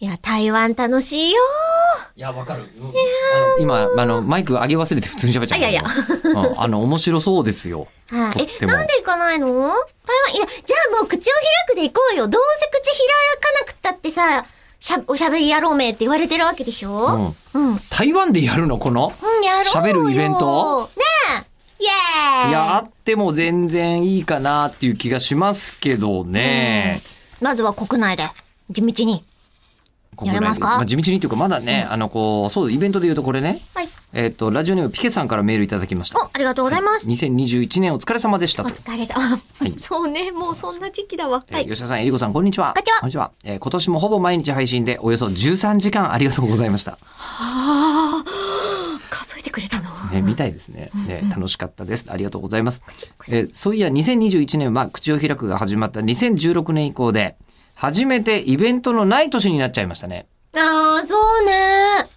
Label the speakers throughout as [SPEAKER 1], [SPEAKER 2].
[SPEAKER 1] いや、台湾楽しいよ
[SPEAKER 2] いや、わかる。あの今、あの、マイク上げ忘れて普通に喋っちゃった。
[SPEAKER 1] あいやいや
[SPEAKER 2] うん。あの、面白そうですよ。
[SPEAKER 1] ー。はい
[SPEAKER 2] とっ。
[SPEAKER 1] え、
[SPEAKER 2] ても
[SPEAKER 1] なんで行かないの台湾、いや、じゃあもう口を開くで行こうよ。どうせ口開かなくったってさ、しゃ、おしゃべりやろうめって言われてるわけでしょ
[SPEAKER 2] うん。
[SPEAKER 1] うん。うん、
[SPEAKER 2] 台湾でやるのこの
[SPEAKER 1] やろうよ。
[SPEAKER 2] 喋るイベント
[SPEAKER 1] ねえ。イェーイ
[SPEAKER 2] いや、あっても全然いいかなっていう気がしますけどね。
[SPEAKER 1] まずは国内で、地道に。
[SPEAKER 2] 国内で
[SPEAKER 1] やれますか
[SPEAKER 2] あ地道にっていうか、まだね、あの、こう、そう、イベントで言うとこれね、
[SPEAKER 1] はい。
[SPEAKER 2] えっ、と、ラジオネームピケさんからメールいただきました。
[SPEAKER 1] お、ありがとうございます。
[SPEAKER 2] 2021年お疲れ様でした
[SPEAKER 1] お
[SPEAKER 2] と。
[SPEAKER 1] 疲れ様。
[SPEAKER 2] い
[SPEAKER 1] そうね、もうそんな時期だわ。
[SPEAKER 2] えー
[SPEAKER 1] はい。
[SPEAKER 2] 吉田さん、えりこさん、こんにちは。
[SPEAKER 1] こんにちは
[SPEAKER 2] えー今年もほぼ毎日配信で、およそ13時間ありがとうございました。
[SPEAKER 1] ああ、数えてくれたの。
[SPEAKER 2] ね、みたいですね。ね、楽しかったです。ありがとうございます。えーそういや、2021年は口を開くが始まった2016年以降で、初めてイベントのない年になっちゃいましたね。
[SPEAKER 1] ああ、そうね。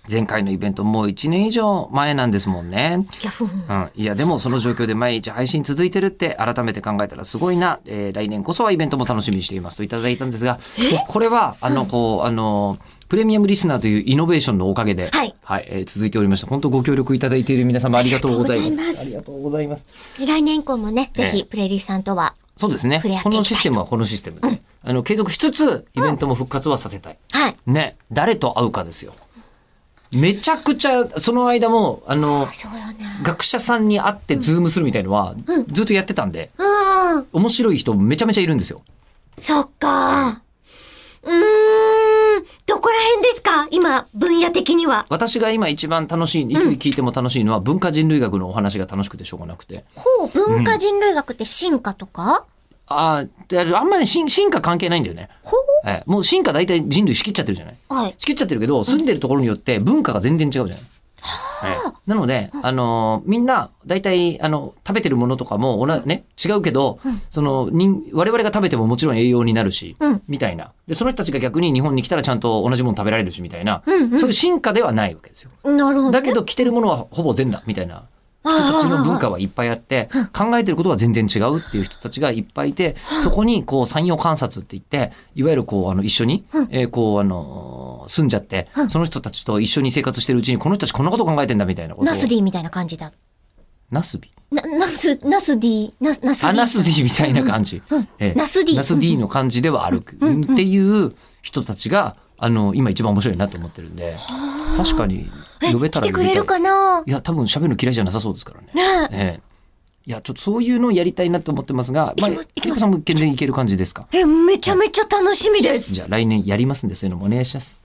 [SPEAKER 2] 前回のイベントもう1年以上前なんですもんね。
[SPEAKER 1] いや、ふん。
[SPEAKER 2] うん、いやでもその状況で毎日配信続いてるって改めて考えたらすごいな、えー来年こそはイベントも楽しみにしていますといただいたんですがこれはあのこう、あのプレミアムリスナーというイノベーションのおかげで、
[SPEAKER 1] はい
[SPEAKER 2] えー続いておりました本当ご協力いただいている皆様ありがとうございます
[SPEAKER 1] あり
[SPEAKER 2] がとうございます
[SPEAKER 1] 来年以降もね、ぜ
[SPEAKER 2] え
[SPEAKER 1] ひ、プレリーさんとは。
[SPEAKER 2] そうですね
[SPEAKER 1] 触れ合っていきた
[SPEAKER 2] こ
[SPEAKER 1] い
[SPEAKER 2] のシステムはこのシステムで、あの継続しつつイベントも復活はさせたい、
[SPEAKER 1] はい。
[SPEAKER 2] ね誰と会うかですよめちゃくちゃその間もあの
[SPEAKER 1] そうよね。
[SPEAKER 2] 学者さんに会ってズームするみたいのは、ずっとやってたんで、
[SPEAKER 1] うん。
[SPEAKER 2] 面白い人めちゃめちゃいるんですよ。
[SPEAKER 1] そっか。うーん。どこら辺ですか今、分野的には。
[SPEAKER 2] 私が今一番楽しい、いつ聞いても楽しいのは文化人類学のお話が楽しくてしょうがなくて。
[SPEAKER 1] ほう、文化人類学って進化とか、
[SPEAKER 2] あーであんまり進進化関係ないんだよね。
[SPEAKER 1] ほう
[SPEAKER 2] ええもう進化大体人類仕切っちゃってるじゃない
[SPEAKER 1] はい。
[SPEAKER 2] 仕切っちゃってるけど、住んでるところによって文化が全然違うじゃない。ええなので、あのーみんな、大体、あの、食べてるものとかも、おな、ね、違うけど、その、人、我々が食べてももちろん栄養になるし、
[SPEAKER 1] うん
[SPEAKER 2] みたいな。で、その人たちが逆に日本に来たらちゃんと同じもの食べられるし、みたいな、
[SPEAKER 1] うんうん
[SPEAKER 2] そういう進化ではないわけですよ。
[SPEAKER 1] なるほど。
[SPEAKER 2] だけど、着てるものはほぼ全だ、みたいな。人たちの文化はいっぱいあって、考えてることは全然違うっていう人たちがいっぱいいて、そこにこう産業観察って言って、いわゆるこうあの一緒に、えーこうあのー、住んじゃって、その人たちと一緒に生活してるうちに、この人たちこんなこと考えてんだみたいなことを。
[SPEAKER 1] ナスディみたいな感じだ。
[SPEAKER 2] ナスビ
[SPEAKER 1] な、ナス、ナスディ、ナス、ナスデ
[SPEAKER 2] あ、
[SPEAKER 1] ィ。
[SPEAKER 2] ナスディみたいな感じ。ええ
[SPEAKER 1] ナスディ
[SPEAKER 2] ナスディの感じではあるっていう人たちが、あの、今一番面白いなと思ってるんで、確かに
[SPEAKER 1] え
[SPEAKER 2] 呼べたら
[SPEAKER 1] 来てくれる
[SPEAKER 2] 呼びたい
[SPEAKER 1] かない
[SPEAKER 2] や、多分喋るの嫌いじゃなさそうですからね。
[SPEAKER 1] ねえ
[SPEAKER 2] ええ。いや、ちょっとそういうのをやりたいなと思ってますが、
[SPEAKER 1] い
[SPEAKER 2] まあ、
[SPEAKER 1] けますいけます
[SPEAKER 2] ゆりこさんも全然いける感じですか。
[SPEAKER 1] え、めちゃめちゃ楽しみです。
[SPEAKER 2] じゃあ来年やりますんで、そういうのもお願いします。